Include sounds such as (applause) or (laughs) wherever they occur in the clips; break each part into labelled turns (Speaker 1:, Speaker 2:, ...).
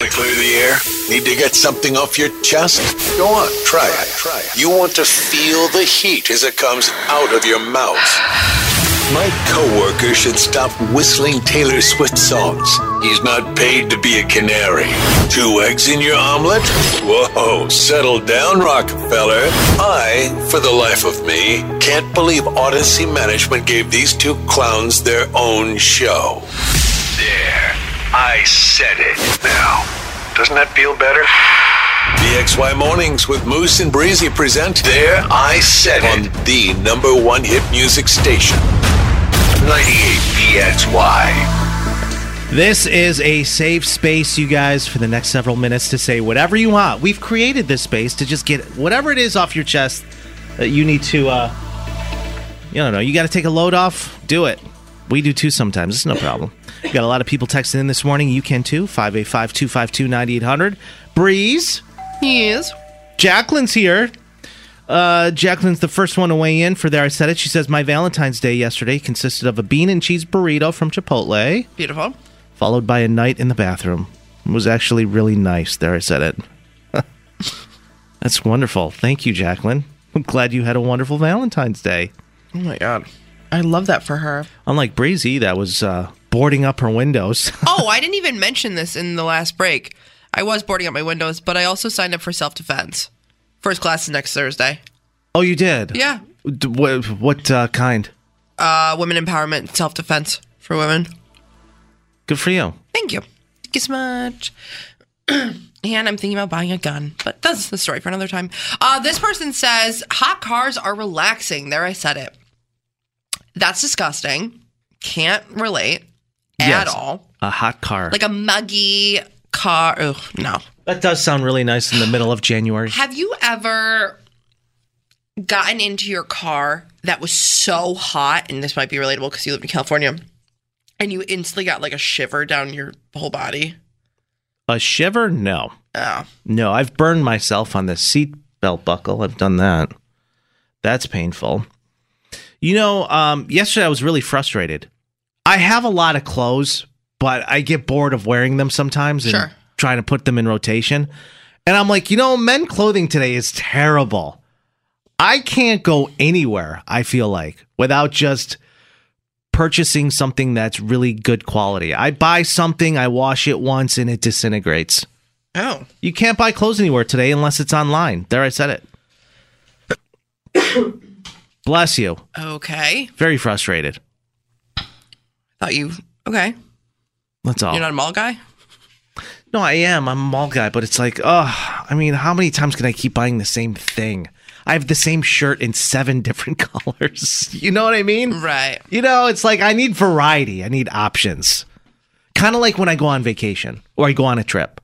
Speaker 1: To clear the air? Need to get something off your chest? Go on, try it. Try it. You want to feel the heat as it comes out of your mouth. My coworker should stop whistling Taylor Swift songs. He's not paid to be a canary. Two eggs in your omelet? Whoa, settle down, Rockefeller. I, for the life of me, can't believe Odyssey Management gave these two clowns their own show. There. I said it. Now, doesn't that feel better? BXY Mornings with Moose and Breezy present There I Said It on the number one hit music station. 98 BXY.
Speaker 2: This is a safe space, you guys, for the next several minutes to say whatever you want. We've created this space to just get whatever it is off your chest that you need to, uh, you don't know, you got to take a load off, do it. We do too sometimes. It's no problem. We got a lot of people texting in this morning. You can too. 585 252 9800. Breeze.
Speaker 3: Yes.
Speaker 2: Jacqueline's here. Uh, Jacqueline's the first one to weigh in for there. I said it. She says, My Valentine's Day yesterday consisted of a bean and cheese burrito from Chipotle,
Speaker 3: Beautiful.
Speaker 2: followed by a night in the bathroom. It was actually really nice. There, I said it. (laughs) That's wonderful. Thank you, Jacqueline. I'm glad you had a wonderful Valentine's Day.
Speaker 3: Oh my god. I love that for her.
Speaker 2: Unlike Breezy, that was uh, boarding up her windows.
Speaker 3: (laughs)
Speaker 2: (laughs)
Speaker 3: Oh, I didn't even mention this in the last break. I was boarding up my windows, but I also signed up for self defense. First class is next Thursday.
Speaker 2: oh, you did?
Speaker 3: Yeah.
Speaker 2: D- what what uh, kind?
Speaker 3: Uh, women empowerment, self defense for women.
Speaker 2: Good for you.
Speaker 3: Thank you. Thank you so much. (clears throat) and I'm thinking about buying a gun, but that's the story for another time. Uh, this person says hot cars are relaxing. There, I said it. That's disgusting. Can't relate at
Speaker 2: Yes.
Speaker 3: all.
Speaker 2: A hot car.
Speaker 3: Like a muggy car. Oh, no.
Speaker 2: that does sound really nice in the middle of January.
Speaker 3: Have you ever gotten into your car that was so hot? And this might be relatable because you live in California and you instantly got like a shiver down your whole body.
Speaker 2: A shiver? No.
Speaker 3: Oh.
Speaker 2: No, I've burned myself on the seat belt buckle. I've done that. That's painful. You know, um, yesterday I was really frustrated. I have a lot of clothes, but I get bored of wearing them sometimes and
Speaker 3: Sure.
Speaker 2: trying to put them in rotation. And I'm like, you know, men clothing today is terrible. I can't go anywhere, I feel like, without just purchasing something that's really good quality. I buy something, I wash it once, and it disintegrates.
Speaker 3: Oh.
Speaker 2: You can't buy clothes anywhere today unless it's online. There, I said it. (coughs) Bless you.
Speaker 3: Okay.
Speaker 2: Very frustrated.
Speaker 3: Thought you. Okay.
Speaker 2: That's all.
Speaker 3: You're not a mall guy?
Speaker 2: no, I am. I'm a mall guy, but it's like, oh, I mean, how many times can I keep buying the same thing? I have the same shirt in seven (laughs) different colors. You know what I mean?
Speaker 3: Right.
Speaker 2: You know, it's like I need variety. I need options. Kind of like when I go on vacation or I go on a trip.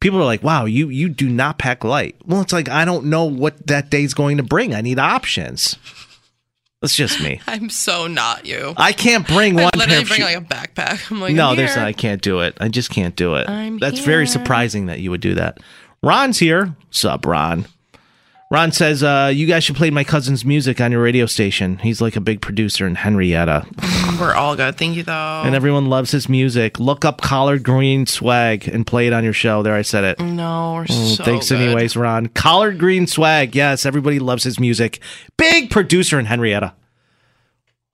Speaker 2: People are like, "Wow, you you do not pack light." Well, it's like I don't know what that day's going to bring. I need options. That's just me.
Speaker 3: I'm so not you.
Speaker 2: I can't
Speaker 3: (laughs)
Speaker 2: bring
Speaker 3: I
Speaker 2: one pair
Speaker 3: literally
Speaker 2: of
Speaker 3: bring
Speaker 2: shoe-
Speaker 3: like a backpack. I'm like,
Speaker 2: no,
Speaker 3: I'm
Speaker 2: there's
Speaker 3: here.
Speaker 2: I can't do it. I just can't do it.
Speaker 3: I'm
Speaker 2: That's very
Speaker 3: here.
Speaker 2: surprising that you would do that. Ron's here. Sup, Ron. Ron says, uh, "You guys should play my cousin's music on your radio station. He's like a big producer in Henrietta."
Speaker 3: We're all good. Thank you, though.
Speaker 2: and everyone loves his music. Look up Collard Green Swag and play it on your show. There, I said it.
Speaker 3: no, we're
Speaker 2: Mm,
Speaker 3: so
Speaker 2: Thanks,
Speaker 3: good.
Speaker 2: anyways, Ron. Collard Green Swag. Yes, everybody loves his music. Big producer in Henrietta,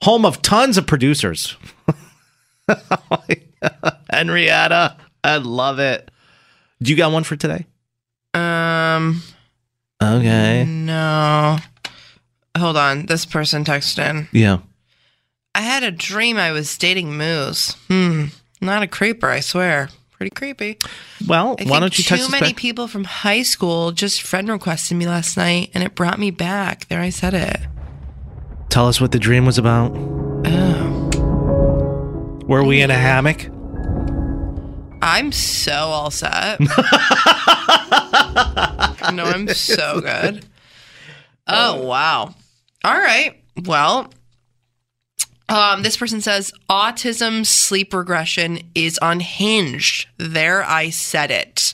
Speaker 2: home of tons of producers. (laughs) Henrietta, I love it. Do you got one for today?
Speaker 3: Um,
Speaker 2: Okay.
Speaker 3: no. Hold on. This person texted in.
Speaker 2: Yeah.
Speaker 3: I had a dream I was dating Moose. Hmm. Not a creeper, I swear. Pretty creepy.
Speaker 2: Well,
Speaker 3: I
Speaker 2: why
Speaker 3: think
Speaker 2: don't you
Speaker 3: too
Speaker 2: text us
Speaker 3: many
Speaker 2: back?
Speaker 3: people from high school just friend requested me last night, and it brought me back. There, I said it.
Speaker 2: Tell us what the dream was about.
Speaker 3: Oh,
Speaker 2: Were we in a hammock?
Speaker 3: I'm so all set. no, I'm
Speaker 2: (laughs)
Speaker 3: so good. Oh wow. All right. Well, um, this person says autism sleep regression is unhinged. There, I said it.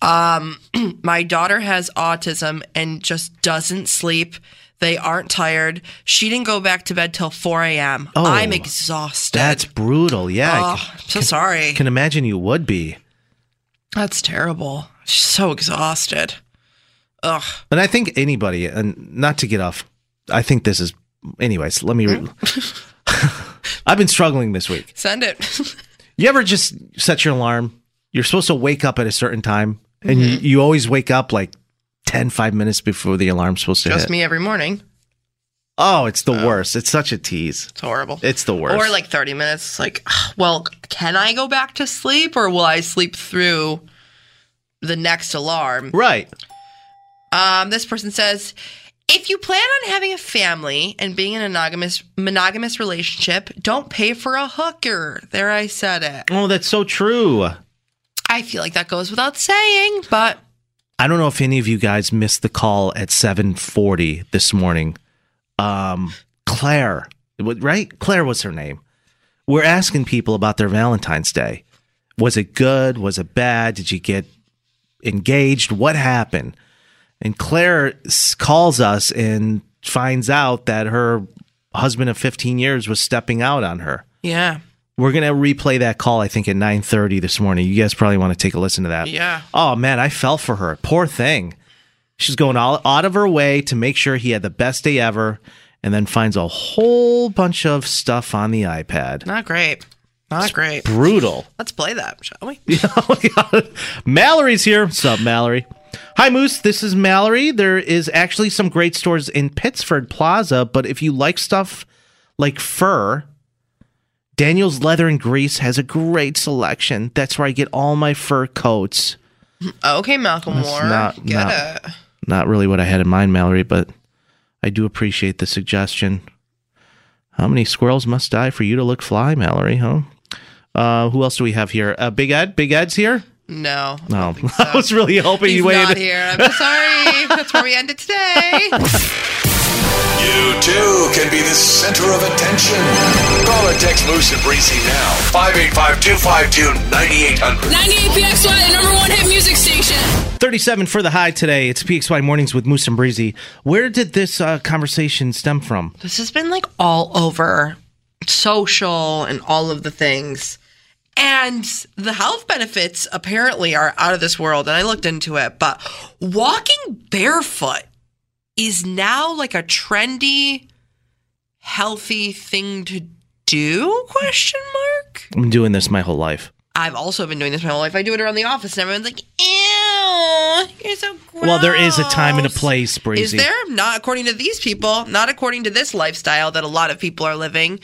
Speaker 3: Um, (clears throat) my daughter has autism and just doesn't sleep. They aren't tired. She didn't go back to bed till 4 a.m.
Speaker 2: Oh,
Speaker 3: I'm exhausted.
Speaker 2: That's brutal. Yeah. I
Speaker 3: Oh,
Speaker 2: c-
Speaker 3: I'm so sorry.
Speaker 2: can imagine you would be.
Speaker 3: That's terrible. She's so exhausted. Ugh.
Speaker 2: But I think anybody, and not to get off, I think this is. Anyways, let me. Re- (laughs) I've been struggling this week.
Speaker 3: Send it.
Speaker 2: You ever just set your alarm? You're supposed to wake up at a certain time, and
Speaker 3: Mm-hmm.
Speaker 2: you, you always wake up like 10, 5 minutes before the alarm's supposed to
Speaker 3: Just
Speaker 2: hit.
Speaker 3: me every morning.
Speaker 2: Oh, it's the worst. It's such a tease.
Speaker 3: It's horrible.
Speaker 2: It's the worst.
Speaker 3: Or like 30 minutes. It's Like, ugh, well, can I go back to sleep or will I sleep through the next alarm?
Speaker 2: Right.
Speaker 3: Um, this person says, if you plan on having a family and being in an monogamous monogamous relationship, don't pay for a hooker. There, I said it.
Speaker 2: Oh, that's so true.
Speaker 3: I feel like that goes without saying, but
Speaker 2: I don't know if any of you guys missed the call at 7:40 this morning. Um Claire, wa- right? Claire was her name. We're asking people about their Valentine's Day. Was it good? Was it bad? Did you get engaged? What happened? And Claire s- calls us and finds out that her husband of 15 years was stepping out on her.
Speaker 3: yeah,
Speaker 2: We're gonna replay that call. I think at nine thirty this morning. You guys probably want to take a listen to that.
Speaker 3: Yeah.
Speaker 2: Oh man, I fell for her. Poor thing. She's going all out of her way to make sure he had the best day ever, and then finds a whole bunch of stuff on the iPad.
Speaker 3: not great. Not great.
Speaker 2: Brutal.
Speaker 3: Let's play that, shall we?
Speaker 2: (laughs) Mallory's here. What's up, Mallory? Hi, Moose. This is Mallory. There is actually some great stores in Pittsford Plaza, but if you like stuff like fur, Daniel's Leather and Grease has a great selection. That's where I get all my fur coats.
Speaker 3: Oh, Okay, Malcolm
Speaker 2: That's
Speaker 3: Moore.
Speaker 2: not-
Speaker 3: Get
Speaker 2: not-
Speaker 3: it.
Speaker 2: Not really what I had in mind, Mallory, but I do appreciate the suggestion. How many squirrels must die for you to look fly, Mallory? Huh? Uh, who else do we have here? Uh, Big Ed. Big Ed's here.
Speaker 3: No. I
Speaker 2: No,
Speaker 3: don't
Speaker 2: (laughs)
Speaker 3: think
Speaker 2: I was really hoping
Speaker 3: He's
Speaker 2: you waited.
Speaker 3: not here. I'm (laughs) sorry. That's where we ended today.
Speaker 1: You too can be the center of attention. Call or text Moose and Breezy now. 585 252 9800.
Speaker 4: 98 PXY, the number one hit music station.
Speaker 2: 37 for the high today. It's PXY Mornings with Moose and Breezy. Where did this uh, conversation stem from?
Speaker 3: (laughs) This has been like all over social and all of the things. And the health benefits apparently are out of this world. And I looked into it, but walking barefoot is now like a trendy, healthy thing to do? Question mark.
Speaker 2: I've been doing this my whole life.
Speaker 3: I've also been doing this my whole life. I do it around the office, and everyone's like, "Ew, you're so gross."
Speaker 2: Well, there is a time and a place, Breezy.
Speaker 3: Is there? Not according to these people. Not according to this lifestyle that a lot of people are living.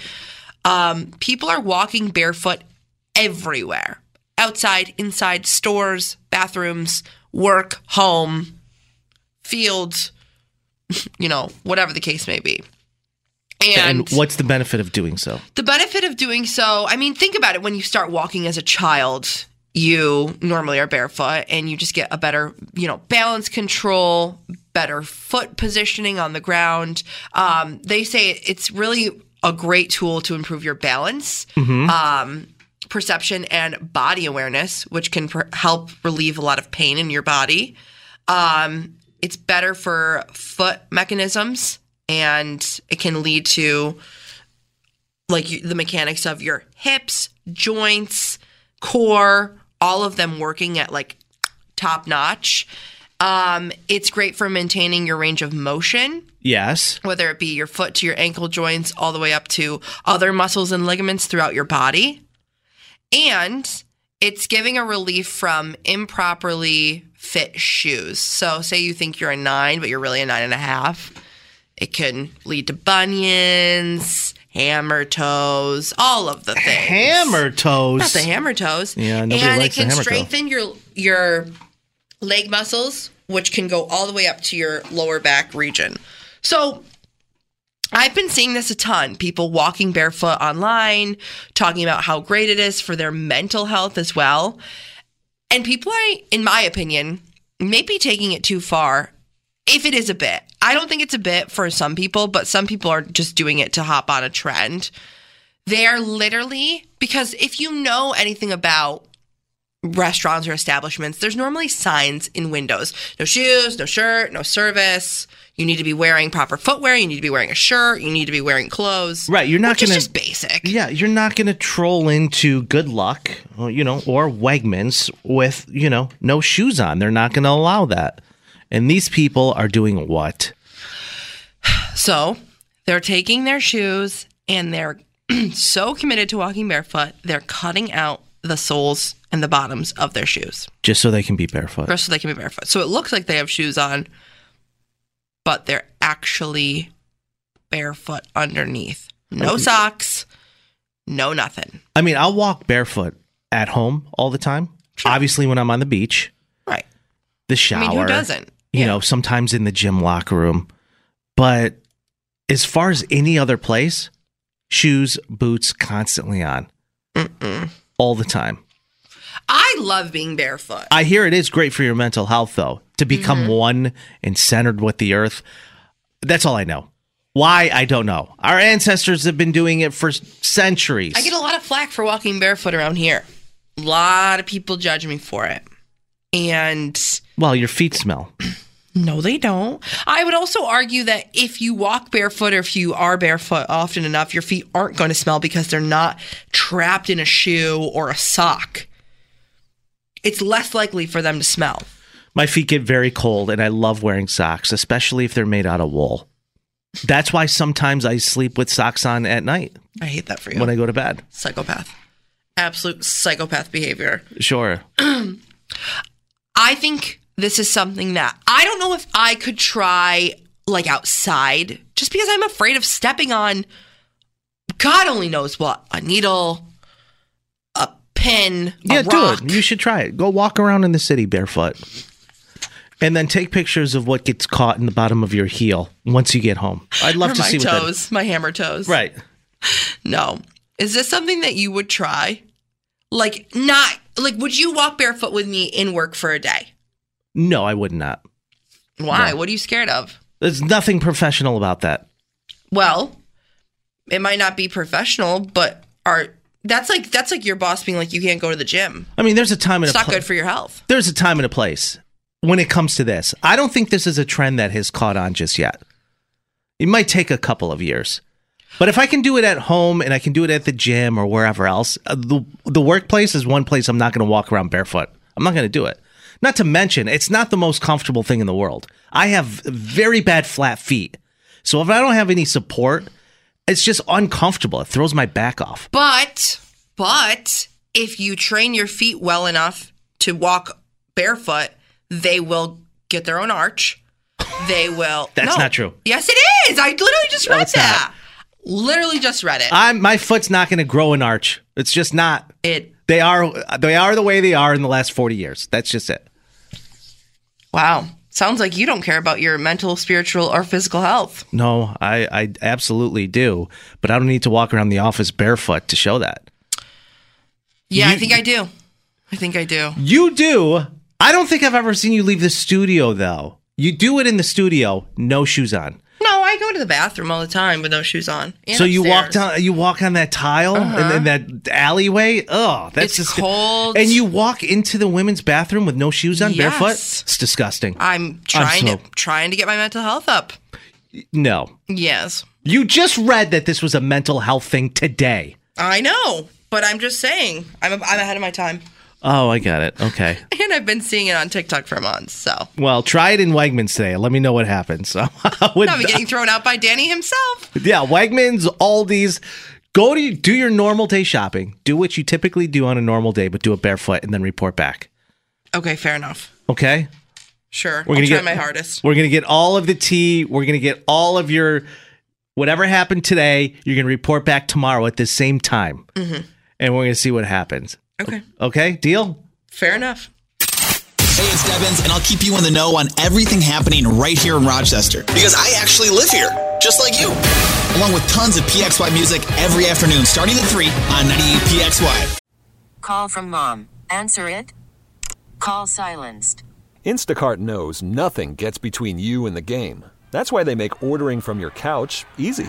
Speaker 3: Um, people are walking barefoot everywhere, outside, inside, stores, bathrooms, work, home, fields. (laughs) You know, whatever the case may be.
Speaker 2: And, what's the benefit of doing so?
Speaker 3: The benefit of doing so, I mean, think about it. When you start walking as a child, you normally are barefoot and you just get a better, you know, balance control, better foot positioning on the ground. Um, they say it's really a great tool to improve your balance. Um, perception and body awareness, which can per- help relieve a lot of pain in your body. Um, it's better for foot mechanisms and it can lead to like you- the mechanics of your hips, joints, core, all of them working at like top notch. Um, it's great for maintaining your range of motion,
Speaker 2: Yes.
Speaker 3: whether it be your foot to your ankle joints, all the way up to other muscles and ligaments throughout your body. And It's giving a relief from improperly fit shoes. So, say you think you're a nine, but you're really a nine and a half. It can lead to bunions, hammer toes, all of the things.
Speaker 2: Hammer toes.
Speaker 3: Not the hammer toes.
Speaker 2: Yeah, nobody
Speaker 3: and
Speaker 2: likes
Speaker 3: it
Speaker 2: the
Speaker 3: can
Speaker 2: hammer toe.
Speaker 3: strengthen your your leg muscles, which can go all the way up to your lower back region. So I've been seeing this a ton. People walking barefoot online, talking about how great it is for their mental health as well. And people are, in my opinion, maybe taking it too far if it is a bit. I don't think it's a bit for some people, but some people are just doing it to hop on a trend. They are literally, because if you know anything about restaurants or establishments, there's normally signs in windows no shoes, no shirt, no service. You need to be wearing proper footwear. You need to be wearing a shirt. You need to be wearing clothes.
Speaker 2: Right, you're not
Speaker 3: which is
Speaker 2: gonna-
Speaker 3: just basic.
Speaker 2: Yeah, you're not going to troll into Good Luck, or, you know, or Wegmans with, you know, no shoes on. They're not going to allow that. And these people are doing what?
Speaker 3: So they're taking their shoes and they're (clears throat) so committed to walking barefoot, they're cutting out the soles and the bottoms of their shoes
Speaker 2: Just so they can be barefoot.
Speaker 3: just so they can be barefoot. So it looks like they have shoes on, but they're actually barefoot underneath. No socks, no nothing.
Speaker 2: I mean, I'll walk barefoot at home all the time. Obviously, when I'm on the beach,
Speaker 3: Right.
Speaker 2: the shower.
Speaker 3: I mean, who doesn't?
Speaker 2: You know, sometimes in the gym locker room. But as far as any other place, shoes, boots constantly on all the time.
Speaker 3: I love being barefoot.
Speaker 2: I hear it is great for your mental health, though, to become
Speaker 3: Mm-hmm.
Speaker 2: one and centered with the earth. That's all I know. Why I don't know. Our ancestors have been doing it for centuries.
Speaker 3: I get a lot of flack for walking barefoot around here. A lot of people judge me for it. And
Speaker 2: well, your feet smell.
Speaker 3: No, they don't. I would also argue that if you walk barefoot or if you are barefoot often enough, your feet aren't going to smell because they're not trapped in a shoe or a sock. It's less likely for them to smell.
Speaker 2: My feet get very cold, and I love wearing socks, especially if they're made out of wool. That's why sometimes I sleep with socks on at night
Speaker 3: I hate that for you.
Speaker 2: when I go to bed.
Speaker 3: psychopath. Absolute psychopath behavior.
Speaker 2: Sure.
Speaker 3: I think this is something that I don't know if I could try like outside just because I'm afraid of stepping on God only knows what a needle, a pin,
Speaker 2: Yeah,
Speaker 3: a rock.
Speaker 2: do it. You should try it. Go walk around in the city barefoot. And then take pictures of what gets caught in the bottom of your heel once you get home. I'd love
Speaker 3: Or
Speaker 2: to
Speaker 3: my
Speaker 2: see what that
Speaker 3: toes, my hammer toes.
Speaker 2: Right.
Speaker 3: No. Is this something that you would try? Like not like would you walk barefoot with me in work for a day?
Speaker 2: No, I would not.
Speaker 3: Why? What are you scared of?
Speaker 2: There's nothing professional about that.
Speaker 3: Well, it might not be professional, but are that's like that's like your boss being like you can't go to the gym.
Speaker 2: I mean, there's a time and
Speaker 3: It's
Speaker 2: a
Speaker 3: not
Speaker 2: pla-
Speaker 3: good for your health.
Speaker 2: there's a time and a place when it comes to this. I don't think this is a trend that has caught on just yet. It might take a couple of years. But if I can do it at home and I can do it at the gym or wherever else, uh, the the workplace is one place I'm not going to walk around barefoot. I'm not going to do it. Not to mention, it's not the most comfortable thing in the world. I have very bad flat feet. So if I don't have any support, it's just uncomfortable. It throws my back off.
Speaker 3: But but if you train your feet well enough to walk barefoot, they will get their own arch. They will.
Speaker 2: (laughs) That's
Speaker 3: No.
Speaker 2: not true.
Speaker 3: Yes, it is. I literally just read
Speaker 2: it's
Speaker 3: that. Literally just read it.
Speaker 2: I'm, my foot's not going to grow an arch. It's just not.
Speaker 3: it.
Speaker 2: They are they are the way they are in the last 40 years. That's just it.
Speaker 3: Wow. Sounds like you don't care about your mental, spiritual, or physical health.
Speaker 2: No, I, I absolutely do, but I don't need to walk around the office barefoot to show that.
Speaker 3: Yeah, I
Speaker 2: You-
Speaker 3: think I do. I think I do.
Speaker 2: You do. I don't think I've ever seen you leave the studio though. You do it in the studio, no shoes on.
Speaker 3: No, I go to the bathroom all the time with no shoes on. and
Speaker 2: so you walk
Speaker 3: upstairs. Uh-huh.
Speaker 2: down you walk on that tile and then that alleyway. Oh, that's
Speaker 3: It's
Speaker 2: disg-
Speaker 3: cold.
Speaker 2: And you walk into the women's bathroom with no shoes on barefoot?
Speaker 3: Yes.
Speaker 2: It's disgusting.
Speaker 3: I'm trying
Speaker 2: so-
Speaker 3: to trying to get my mental health up.
Speaker 2: no.
Speaker 3: Yes.
Speaker 2: You just read that this was a mental health thing today.
Speaker 3: I know, but I'm just saying, I'm I'm ahead of my time, (laughs)
Speaker 2: Oh, I got it. Okay.
Speaker 3: and I've been seeing it on TikTok for months. So
Speaker 2: Well, try it in Wegmans today. Let me know what happens. (laughs) I would-
Speaker 3: now I'm getting thrown out by Danny himself.
Speaker 2: yeah, Wegmans, Aldi's. Go to do your normal day shopping. Do what you typically do on a normal day, but do it barefoot and then report back.
Speaker 3: Okay, fair enough.
Speaker 2: Okay?
Speaker 3: Sure.
Speaker 2: We're
Speaker 3: I'll
Speaker 2: gonna
Speaker 3: try
Speaker 2: get-
Speaker 3: my hardest.
Speaker 2: We're gonna get all of the tea. We're gonna get all of your whatever happened today. You're gonna report back tomorrow at the same time,
Speaker 3: Mm-hmm.
Speaker 2: and we're gonna see what happens.
Speaker 3: Okay.
Speaker 2: Okay, deal.
Speaker 3: Fair enough.
Speaker 5: Hey, it's Debbins, and I'll keep you in the know on everything happening right here in Rochester because I actually live here, just like you. Along with tons of PXY music every afternoon, starting at 3 on 98PXY.
Speaker 6: Call from mom. Answer it. Call silenced.
Speaker 7: Instacart knows nothing gets between you and the game. That's why they make ordering from your couch easy.